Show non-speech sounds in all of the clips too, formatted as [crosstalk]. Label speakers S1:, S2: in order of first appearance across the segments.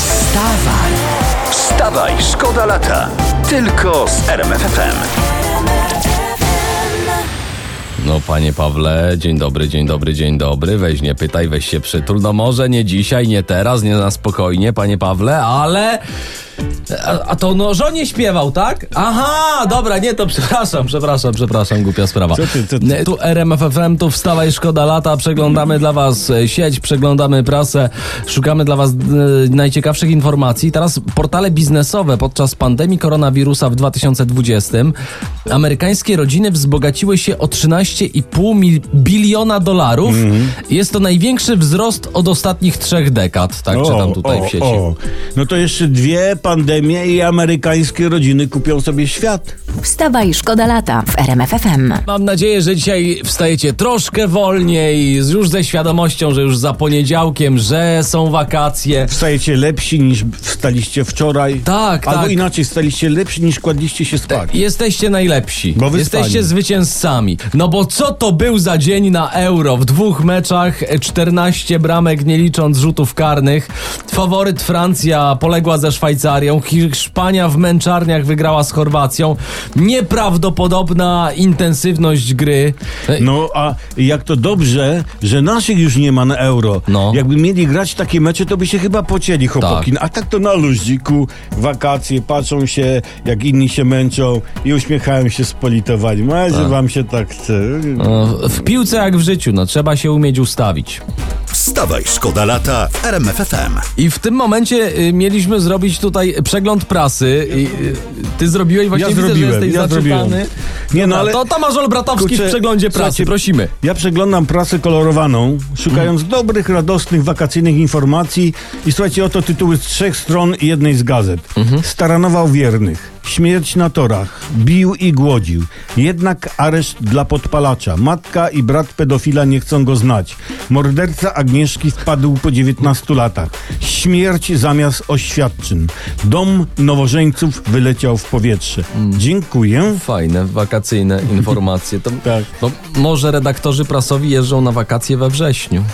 S1: Wstawaj,
S2: Wstawaj, szkoda lata. Tylko z RMFFM.
S3: No panie Pawle, dzień dobry, dzień dobry, dzień dobry. Weź nie pytaj, weź się przytul. No może nie dzisiaj, nie teraz, nie na spokojnie, panie Pawle, ale... A, a to no żonie śpiewał, tak? Aha, dobra, nie, to przepraszam, przepraszam, przepraszam, głupia sprawa.
S4: Co ty, co ty?
S3: Nie, Tu RMFFM, tu wstawaj szkoda lata, przeglądamy dla was e, sieć, przeglądamy prasę, szukamy dla was e, najciekawszych informacji. Teraz portale biznesowe podczas pandemii koronawirusa w 2020 amerykańskie rodziny wzbogaciły się o 13,5 mil- biliona dolarów.
S4: Mhm.
S3: Jest to największy wzrost od ostatnich trzech dekad, tak czytam tutaj w sieci.
S4: No to jeszcze dwie pandemie i amerykańskie rodziny kupią sobie świat.
S5: Wstawaj, szkoda lata w RMFFM.
S3: Mam nadzieję, że dzisiaj wstajecie troszkę wolniej, z- już ze świadomością, że już za poniedziałkiem, że są wakacje.
S4: Wstajecie lepsi niż wstaliście wczoraj.
S3: Tak,
S4: Albo
S3: tak.
S4: inaczej, staliście lepsi niż kładliście się spać.
S3: Jesteście najlepsi.
S4: Bo wyspani.
S3: Jesteście zwycięzcami. No bo co to był za dzień na euro? W dwóch meczach e, 14 bramek, nie licząc rzutów karnych. Faworyt Francja poległa ze Szwajcarią. Hiszpania w męczarniach wygrała z Chorwacją. Nieprawdopodobna intensywność gry. E,
S4: No a jak to dobrze, że naszych już nie ma na euro.
S3: No.
S4: Jakby mieli grać takie mecze, to by się chyba pocieli chłopaki. A tak to na luziku, wakacje, patrzą się, jak inni się męczą i uśmiechają się z politowaniem. A, że wam się tak chce.
S3: No, W piłce jak w życiu, no trzeba się umieć ustawić.
S2: Wstawaj, szkoda lata w RMFFM.
S3: I w tym momencie y, mieliśmy zrobić tutaj przegląd prasy. I, y, ty zrobiłeś właśnie,
S4: Ja
S3: widzę,
S4: zrobiłem,
S3: że jesteś
S4: ja
S3: zaczytany.
S4: zrobiłem. Nie, no,
S3: Dobra,
S4: ale-
S3: To Tomasz Olbratowski
S4: Kurczę,
S3: w przeglądzie prasy,
S4: słuchajcie,
S3: prosimy. Mhm.
S4: Ja przeglądam prasę kolorowaną, szukając dobrych, radosnych, wakacyjnych informacji i słuchajcie, oto tytuły z trzech stron i jednej z gazet.
S3: Mhm.
S4: Staranował wiernych, śmierć na torach, bił i głodził, jednak areszt dla podpalacza, matka i brat pedofila nie chcą go znać, morderca Agnieszki wpadł po 19 latach, śmierć zamiast oświadczyn, dom nowożeńców wyleciał w powietrze.
S3: Mm.
S4: Dziękuję.
S3: Fajne,
S4: [laughs]
S3: wakacyjne informacje. To,
S4: Tak.
S3: to może redaktorzy prasowi jeżdżą na wakacje we wrześniu.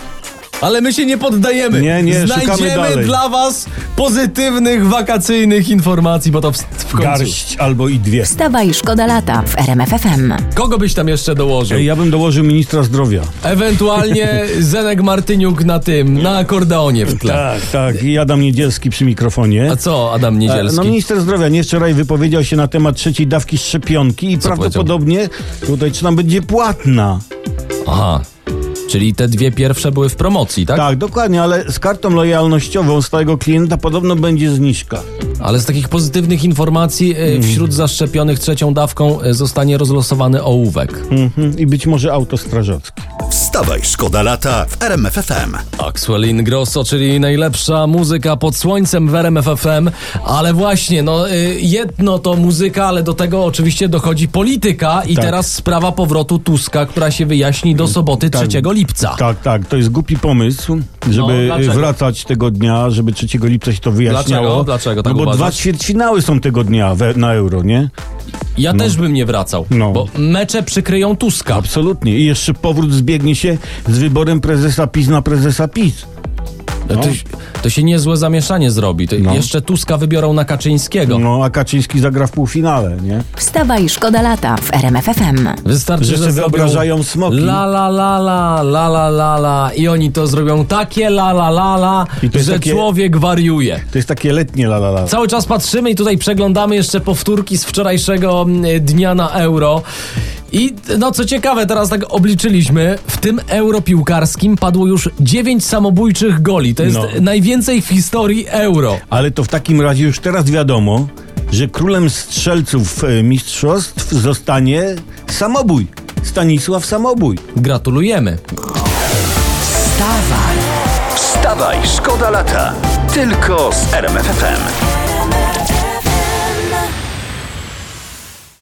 S3: Ale my się nie poddajemy.
S4: Nie, nie, szukamy
S3: Znajdziemy
S4: dalej.
S3: dla was pozytywnych, wakacyjnych informacji, bo to w, w końcu...
S4: Garść albo i dwie.
S5: Wstawaj, szkoda lata w RMFFM.
S3: Kogo byś tam jeszcze dołożył?
S4: Ja bym dołożył ministra zdrowia.
S3: Ewentualnie Zenek Martyniuk na tym, na akordeonie w tle.
S4: Tak, tak. I Adam Niedzielski przy mikrofonie.
S3: A co Adam
S4: E,
S3: Niedzielski?
S4: No minister zdrowia nie wczoraj wypowiedział się na temat trzeciej dawki szczepionki i
S3: Co Tak?
S4: prawdopodobnie tutaj czy nam będzie płatna.
S3: Aha. Czyli te dwie pierwsze były w promocji, tak?
S4: Tak? dokładnie, ale z kartą lojalnościową stałego klienta podobno będzie zniżka.
S3: Ale z takich pozytywnych informacji y,
S4: Hmm.
S3: wśród zaszczepionych trzecią dawką y, zostanie rozlosowany ołówek.
S4: Mhm. I być może auto strażackie.
S2: Wstawaj, szkoda lata w RMFFM.
S3: Axwell Ingrosso, czyli najlepsza muzyka pod słońcem w RMF FM. Ale właśnie, no y, jedno to muzyka, ale do tego oczywiście dochodzi polityka i
S4: Tak.
S3: teraz sprawa powrotu Tuska, która się wyjaśni do soboty 3 lipca.
S4: Tak, tak, to jest głupi pomysł, żeby
S3: No, dlaczego?
S4: wracać tego dnia, żeby 3 lipca się to wyjaśniało.
S3: Dlaczego? Dlaczego tak
S4: No bo
S3: uważasz?
S4: dwa ćwierćfinały są tego dnia we, na euro, nie?
S3: Ja też bym nie wracał,
S4: No.
S3: bo mecze przykryją Tuska.
S4: Absolutnie. I jeszcze powrót zbiegnie się z wyborem prezesa PiS na prezesa PiS.
S3: To, to się niezłe zamieszanie zrobi. To
S4: No.
S3: Jeszcze Tuska wybiorą na Kaczyńskiego.
S4: No, a Kaczyński zagra w półfinale, nie?
S5: Wstawaj, szkoda lata w RMFFM.
S3: Wystarczy,
S4: Że
S3: że,
S4: się
S3: zrobią
S4: wyobrażają smoki.
S3: La la la la, la la la la i oni to zrobią takie la la la la,
S4: I to jest
S3: że
S4: takie-
S3: człowiek wariuje.
S4: To jest takie letnie la la la.
S3: Cały czas patrzymy i tutaj przeglądamy jeszcze powtórki z wczorajszego mm, dnia na euro. I no co ciekawe, teraz tak obliczyliśmy, w tym euro piłkarskim padło już 9 samobójczych goli. To jest
S4: No.
S3: najwięcej w historii euro.
S4: Ale to w takim razie już teraz wiadomo, że królem strzelców e, mistrzostw zostanie samobój. Stanisław Samobój.
S3: Gratulujemy.
S1: wstawaj,
S2: Wstawaj, szkoda lata. Tylko z RMFFM.